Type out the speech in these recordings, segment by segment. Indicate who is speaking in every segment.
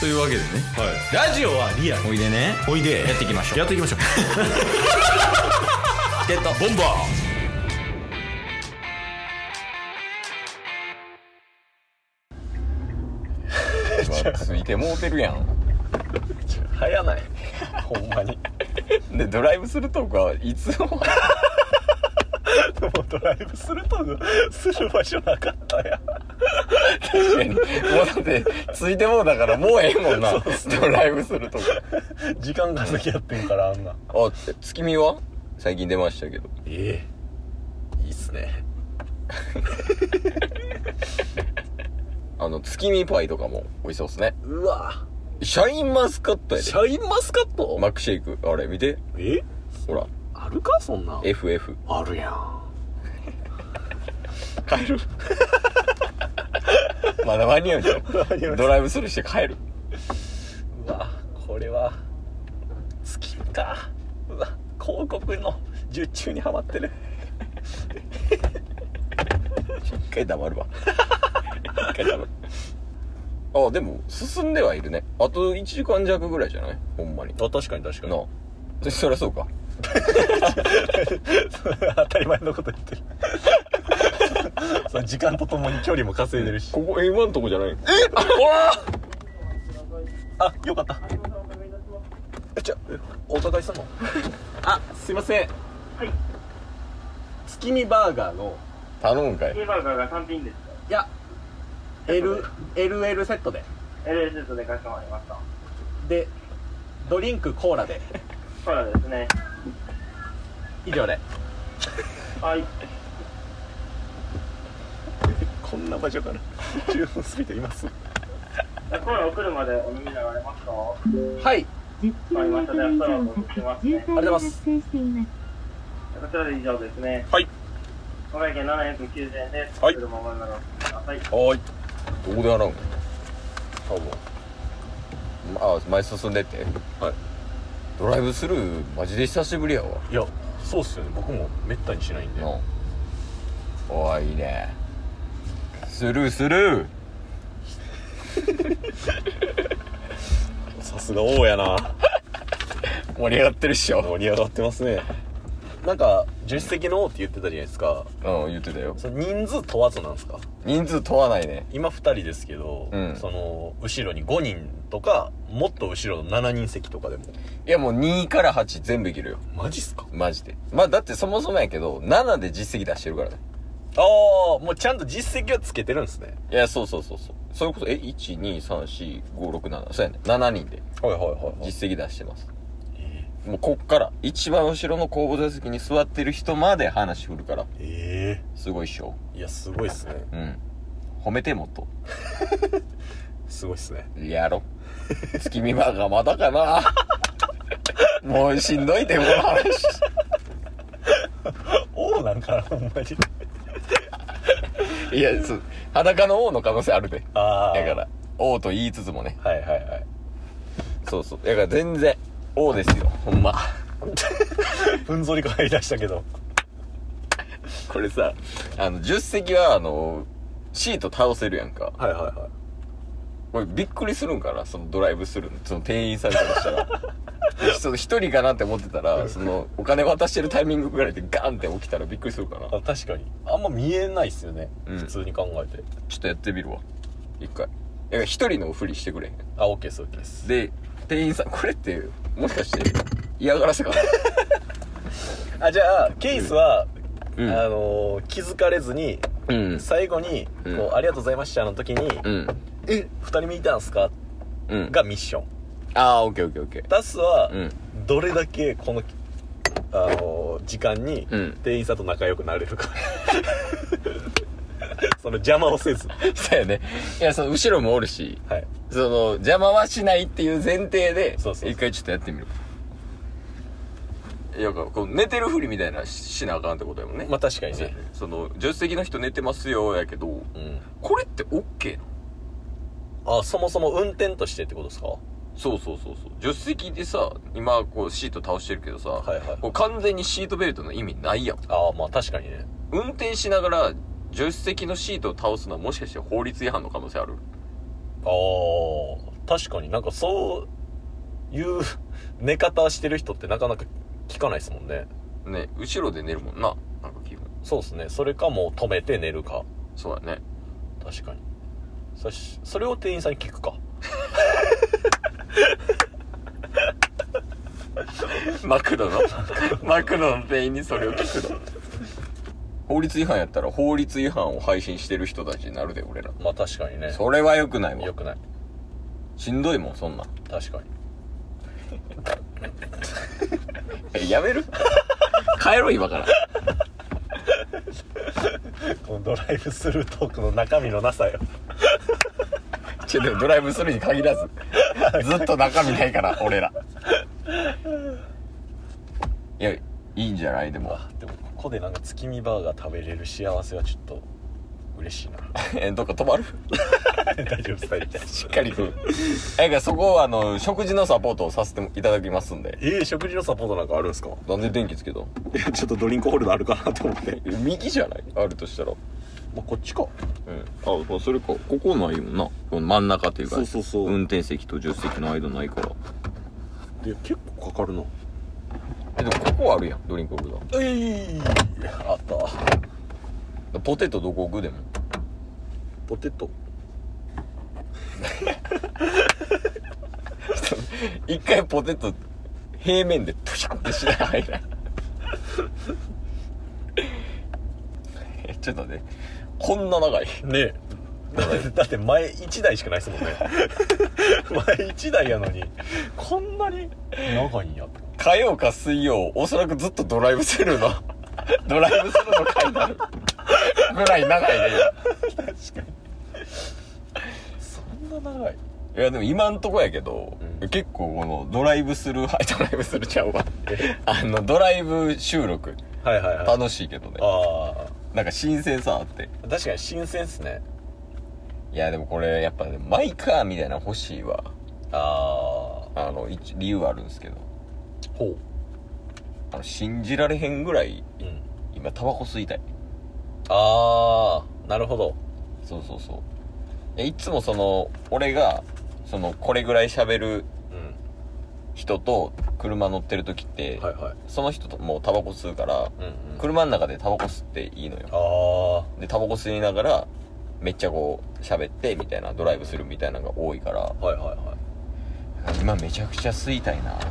Speaker 1: というわけでね
Speaker 2: はい、ラジオはリアル
Speaker 1: おいでね
Speaker 2: おいで
Speaker 1: やっていきましょう
Speaker 2: やっていきましょう
Speaker 1: ゲットボンバーついてもうてるやん
Speaker 2: 早ないほんまに
Speaker 1: でドライブするとかいつも
Speaker 2: でもドライブするとする場所なかったやん
Speaker 1: 確かにもうだってついてもうだからもうええもんなドライブするとか
Speaker 2: 時間稼ぎやってんからあんな
Speaker 1: あ月見は最近出ましたけど
Speaker 2: ええいいっすね
Speaker 1: あの月見パイとかも美味しそうっすね
Speaker 2: うわ
Speaker 1: シャインマスカットやで
Speaker 2: シャインマスカット、
Speaker 1: マックシェイクあれ見て
Speaker 2: え
Speaker 1: ほら
Speaker 2: あるかそんなん
Speaker 1: FF
Speaker 2: あるやん
Speaker 1: 帰るまだ間に合うんじゃ
Speaker 2: 間に合いま
Speaker 1: ん
Speaker 2: す
Speaker 1: ドライブスルーして帰る
Speaker 2: うわこれは月見かうわ広告の受注にはまってる
Speaker 1: 一回黙るわ一回黙るあでも進んではいるねあと1時間弱ぐらいじゃないほんまに
Speaker 2: あ確かに確か
Speaker 1: なあそそりゃそうか
Speaker 2: 当たり前のこと言ってる その時間とともに距離も稼いでるし
Speaker 1: ここ今のとこじゃないえ
Speaker 2: あよかったえじゃお互い様 あすいません
Speaker 3: はい、
Speaker 2: 月見バーガーの
Speaker 1: 頼むんかい
Speaker 3: キーバーガーが単品です。
Speaker 2: いや L LL セットで
Speaker 3: LS とでかしこまりました。
Speaker 2: でドリンクコーラで
Speaker 3: そうなんですね。
Speaker 2: 以上で
Speaker 3: はい。
Speaker 2: こんな場所から十分過ぎています
Speaker 3: コーラ送るまでお飲みになられますかわ
Speaker 2: はい
Speaker 3: かりました。じゃあ、ストローを送ってます
Speaker 2: あ
Speaker 3: ね。こ
Speaker 2: りがとうございます
Speaker 3: ちらで以上ですね。
Speaker 2: はい。
Speaker 3: お会計790円です。
Speaker 2: はい
Speaker 3: 車までなら。はい。
Speaker 1: はーいどこで洗うん多分まあ前進んでって
Speaker 2: はい
Speaker 1: ドライブスルーマジで久しぶりやわ
Speaker 2: いやそうっすよね僕もめったにしないんで
Speaker 1: うんおーいいねスルースルー
Speaker 2: さすが王やな
Speaker 1: 盛り上がってるっしょ
Speaker 2: 盛り上がってますねなんか助手席の王って言ってたじゃないですか
Speaker 1: うん言ってたよ
Speaker 2: その人数問わずなんですか
Speaker 1: 人数問わないね
Speaker 2: 今2人ですけど、
Speaker 1: うん
Speaker 2: その後ろに5人とかもっと後ろの7人席とかでも
Speaker 1: いやもう2から8全部いけるよ
Speaker 2: マジっすか
Speaker 1: マジでまあだってそもそもやけど7で実績出してるからね
Speaker 2: ああもうちゃんと実績はつけてるんですね
Speaker 1: いやそうそうそうそうそれこそえ1234567そうやね7人で
Speaker 2: はいはいはい、
Speaker 1: 実績出してますもうこっから一番後ろの後部座席に座ってる人まで話振るから
Speaker 2: え
Speaker 1: すごいっしょ
Speaker 2: えいやすごいっすね
Speaker 1: うん褒めてもっと
Speaker 2: すごいっすね
Speaker 1: やろ月見バーガーまだかな もうしんどいでこの話
Speaker 2: 王なんかなほんまに
Speaker 1: いやそう裸の王の可能性あるで
Speaker 2: ああ
Speaker 1: だから王と言いつつもね
Speaker 2: はいはいはい
Speaker 1: そうそうだから全然王ですよほんま
Speaker 2: ふんぞりが入り出したけど
Speaker 1: これさあの10席はあのシート倒せるやんか
Speaker 2: はいはいはい
Speaker 1: これびっくりするんかなそのドライブするその店員さんからしたら でその一人かなって思ってたらそのお金渡してるタイミングぐらいでガンって起きたらびっくりするかな
Speaker 2: あ確かにあんま見えないっすよね、
Speaker 1: うん
Speaker 2: 普通に考えて
Speaker 1: ちょっとやってみるわ一回だから一人のふりしてくれへん
Speaker 2: あ OK です OK です
Speaker 1: で店員さんこれってもしかして嫌がらせかな
Speaker 2: あじゃあケイスは、
Speaker 1: うん
Speaker 2: あのー気づかれずに
Speaker 1: うん
Speaker 2: 最後に、
Speaker 1: うん
Speaker 2: こう「ありがとうございました」の時に「
Speaker 1: うん
Speaker 2: え二人見たんすか?
Speaker 1: うん」
Speaker 2: がミッション
Speaker 1: ああオッケーオッケーオッケー
Speaker 2: ダスは、
Speaker 1: うん
Speaker 2: どれだけこの、あのー時間に
Speaker 1: うん
Speaker 2: 店員さんと仲良くなれるか その邪魔をせず
Speaker 1: そうやねいやその後ろもおるし
Speaker 2: はい
Speaker 1: その邪魔はしないっていう前提で
Speaker 2: そうそうそう
Speaker 1: 一回ちょっとやってみるいやこう寝てるふりみたいなししなあかんってことやもんね
Speaker 2: まあ確かに
Speaker 1: そう
Speaker 2: ね
Speaker 1: やねその助手席の人寝てますよやけど
Speaker 2: うん
Speaker 1: これってオッケーなの
Speaker 2: あそもそも運転としてってことですか
Speaker 1: そうそうそうそう助手席でさ今こうシート倒してるけどさ、
Speaker 2: はいはい
Speaker 1: こう完全にシートベルトの意味ないやん
Speaker 2: ああまあ確かにね
Speaker 1: 運転しながら助手席のシートを倒すのはもしかして法律違反の可能性ある
Speaker 2: ああ確かになんかそういう 寝方してる人ってなかなか聞かないですもんね
Speaker 1: ね後ろで寝るもんななんか気分
Speaker 2: そうですねそれかもう止めて寝るか
Speaker 1: そうだね
Speaker 2: 確かにそしそれを店員さんに聞くか
Speaker 1: マクドの マクドの店員にそれを聞くの法律違反やったら法律違反を配信してる人たちになるで俺ら
Speaker 2: まあ確かにね
Speaker 1: それは良くないわ
Speaker 2: よくない
Speaker 1: しんどいもんそんなん
Speaker 2: 確かに
Speaker 1: えやめる 帰ろう今から
Speaker 2: このドライブスルートークの中身のなさよ
Speaker 1: ちょでもドライブするに限らずずっと中身ないから俺らいやいいんじゃないでも
Speaker 2: あでもここでなんか月見バーガー食べれる幸せはちょっと嬉しいな
Speaker 1: えどっか止まる
Speaker 2: 大丈夫です大丈夫です
Speaker 1: しっかり食うえだからそこはあの食事のサポートをさせていただきますんで
Speaker 2: えー、食事のサポートなんかあるんですか
Speaker 1: なんで電気つけたの
Speaker 2: いやちょっとドリンクホルダーあるかなと思って
Speaker 1: 右じゃないあるとしたら
Speaker 2: まあ、こっちか
Speaker 1: うんあそれかここないもんなこの真ん中というか
Speaker 2: そうそうそう
Speaker 1: 運転席と助手席の間ないから
Speaker 2: で結構かかるな
Speaker 1: えでもここあるやんドリンクホルダ
Speaker 2: えいあった
Speaker 1: ーポテトどこ置くでも
Speaker 2: ポテト
Speaker 1: 一回ポテト平面でプシャンってしない入らない えちょっとねこんな長い
Speaker 2: ねえだってだって前1台しかない ですもんね前1台やのにこんなに長いんやと
Speaker 1: 火曜か水曜おそらくずっとドライブスルー のドライブスルーの回になるぐらい長いね
Speaker 2: そんな長い
Speaker 1: いやでも今んとこやけど、
Speaker 2: うん
Speaker 1: 結構このドライブスルーはいドライブスルーちゃう わあのドライブ収録
Speaker 2: はいはいはい
Speaker 1: 楽しいけどね
Speaker 2: あ
Speaker 1: なんか新鮮さあって
Speaker 2: あ確かに新鮮っすね
Speaker 1: いやでもこれやっぱねマイカーみたいなの欲しいわ
Speaker 2: ああ
Speaker 1: あの一理由あるんですけど
Speaker 2: ほ、
Speaker 1: あの信じられへんぐらいう
Speaker 2: うん、
Speaker 1: 今タバコ吸いたい
Speaker 2: ああなるほど
Speaker 1: そうそうそうえいつもその俺がそのこれぐらい喋る
Speaker 2: うん
Speaker 1: 人と車乗ってる時って、
Speaker 2: はいはい
Speaker 1: その人ともうタバコ吸うから
Speaker 2: うんうん
Speaker 1: 車の中でタバコ吸っていいのよ
Speaker 2: あ
Speaker 1: でタバコ吸いながらめっちゃこう喋ってみたいなドライブするみたいなのが多いから
Speaker 2: あはいはいはい
Speaker 1: 今めちゃくちゃ吸いたいななんか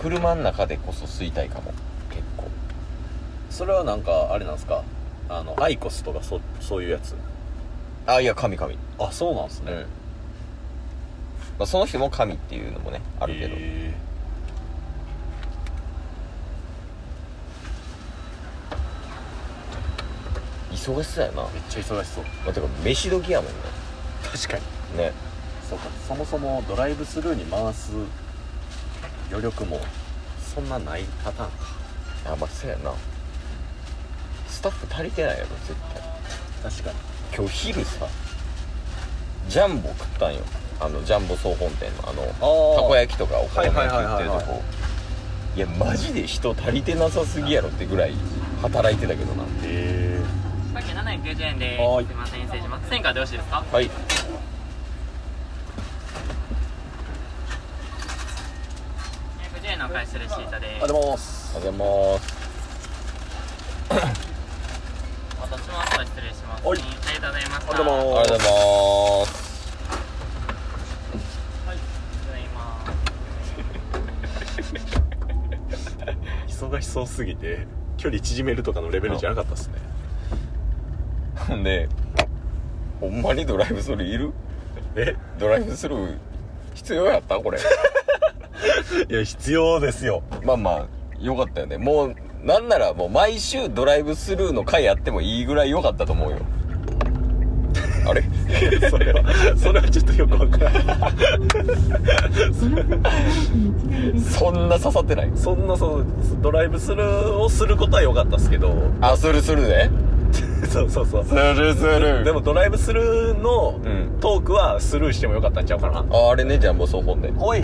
Speaker 1: 車の中でこそ吸いたいかも結構
Speaker 2: それはなんかあれなんですかあのアイコスとかそそういうやつ
Speaker 1: あいや神神
Speaker 2: あそうなんです
Speaker 1: うん、
Speaker 2: ね
Speaker 1: まあ、その人も神っていうのもねあるけど、
Speaker 2: へ
Speaker 1: 忙しそうやな、ま
Speaker 2: ーめっちゃ忙しそう
Speaker 1: あ、てか飯時やもん
Speaker 2: 確かに
Speaker 1: ねね
Speaker 2: そうかそもそもドライブスルーに回す余力もそんなないパターンか
Speaker 1: あまあそうやなスタッフ足りてないやろ絶対
Speaker 2: 確かに
Speaker 1: 今日昼さジャンボ食ったんよあのジャンボ総本店のあの
Speaker 2: あー
Speaker 1: たこ焼きとかお好み焼き売ってる
Speaker 2: はいはいはい
Speaker 1: と
Speaker 2: はい
Speaker 1: こいやマジで人足りてなさすぎやろってぐらい働いてたけどな
Speaker 2: へ
Speaker 4: さっき790円で
Speaker 2: はー
Speaker 4: す。
Speaker 2: い
Speaker 4: すみません、失礼します。1000からでよろしいですか。
Speaker 1: はい
Speaker 4: 990円のお返しレシートで
Speaker 2: え
Speaker 4: す。
Speaker 2: あでもす
Speaker 1: おはようございます
Speaker 4: 私も後で失礼します。
Speaker 2: は
Speaker 4: あ
Speaker 2: い
Speaker 4: りがとうございました。
Speaker 2: あでも
Speaker 1: おはようございます
Speaker 4: はい、失礼します。
Speaker 2: 忙しそうすぎて距離縮めるとかのレベルじゃなかったですね
Speaker 1: ほんでほんまにドライブスルーいる
Speaker 2: え
Speaker 1: ドライブスルー必要やったこれ
Speaker 2: いや必要ですよ
Speaker 1: まあまあよかったよねもうなんならもう毎週ドライブスルーの回やってもいいぐらいよかったと思うよあれ
Speaker 2: それはそれはちょっとよくわからない
Speaker 1: そんな刺さってない
Speaker 2: そんなそうドライブスルーをすることは良かったですけど
Speaker 1: あ、するするで。
Speaker 2: そうそうそう
Speaker 1: するする
Speaker 2: でもドライブスルーの
Speaker 1: うん
Speaker 2: トークはスルーしても良かったんちゃうかな
Speaker 1: ああれね、ジャンボ総本で。
Speaker 2: おい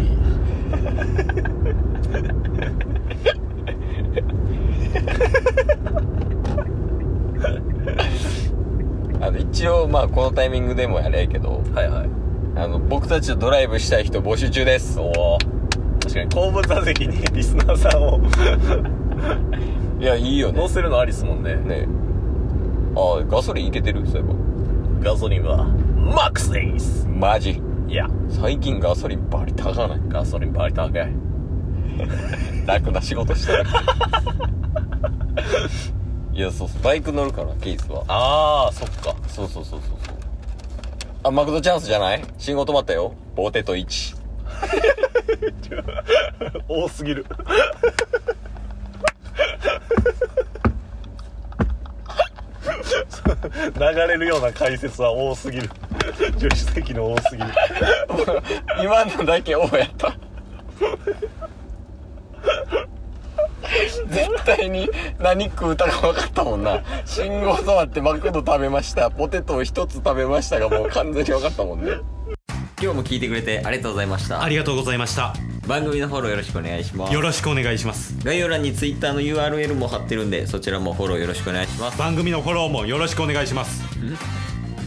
Speaker 1: あの、一応、まあ、このタイミングでもやれやけど、
Speaker 2: はいはい
Speaker 1: あの僕たちとドライブしたい人募集中です
Speaker 2: おー確かに後部座席にリスナーさんを
Speaker 1: いやいいよね
Speaker 2: 乗せるのありっすもんね
Speaker 1: ねああガソリンいけてるそういえ
Speaker 2: ガソリンはマックスです
Speaker 1: ばマジ
Speaker 2: いや
Speaker 1: 最近ガソリンバリ高ない
Speaker 2: ガソリンバリ高い
Speaker 1: 楽な仕事 してるいやそうそうバイク乗るからケースは
Speaker 2: ああそっか
Speaker 1: そうそうそうそうそうあマクドチャンスじゃない信号止まったよポテト1
Speaker 2: 多すぎる 流れるような解説は多すぎる助手席の多すぎる
Speaker 1: 今のだけオーやった 絶対に何食うたか分かったもんな信号止まってマクド食べましたポテトを1つ食べましたがもう完全に分かったもんね今日も聞いてくれてありがとうございました
Speaker 5: ありがとうございました
Speaker 1: 番組のフォローよろしくお願いしま
Speaker 5: よろしくお願いします
Speaker 1: 概要欄に Twitter の URL も貼ってるんでそちらもフォローよろしくお願いします
Speaker 5: 番組のフォローもよろしくお願いします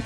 Speaker 5: す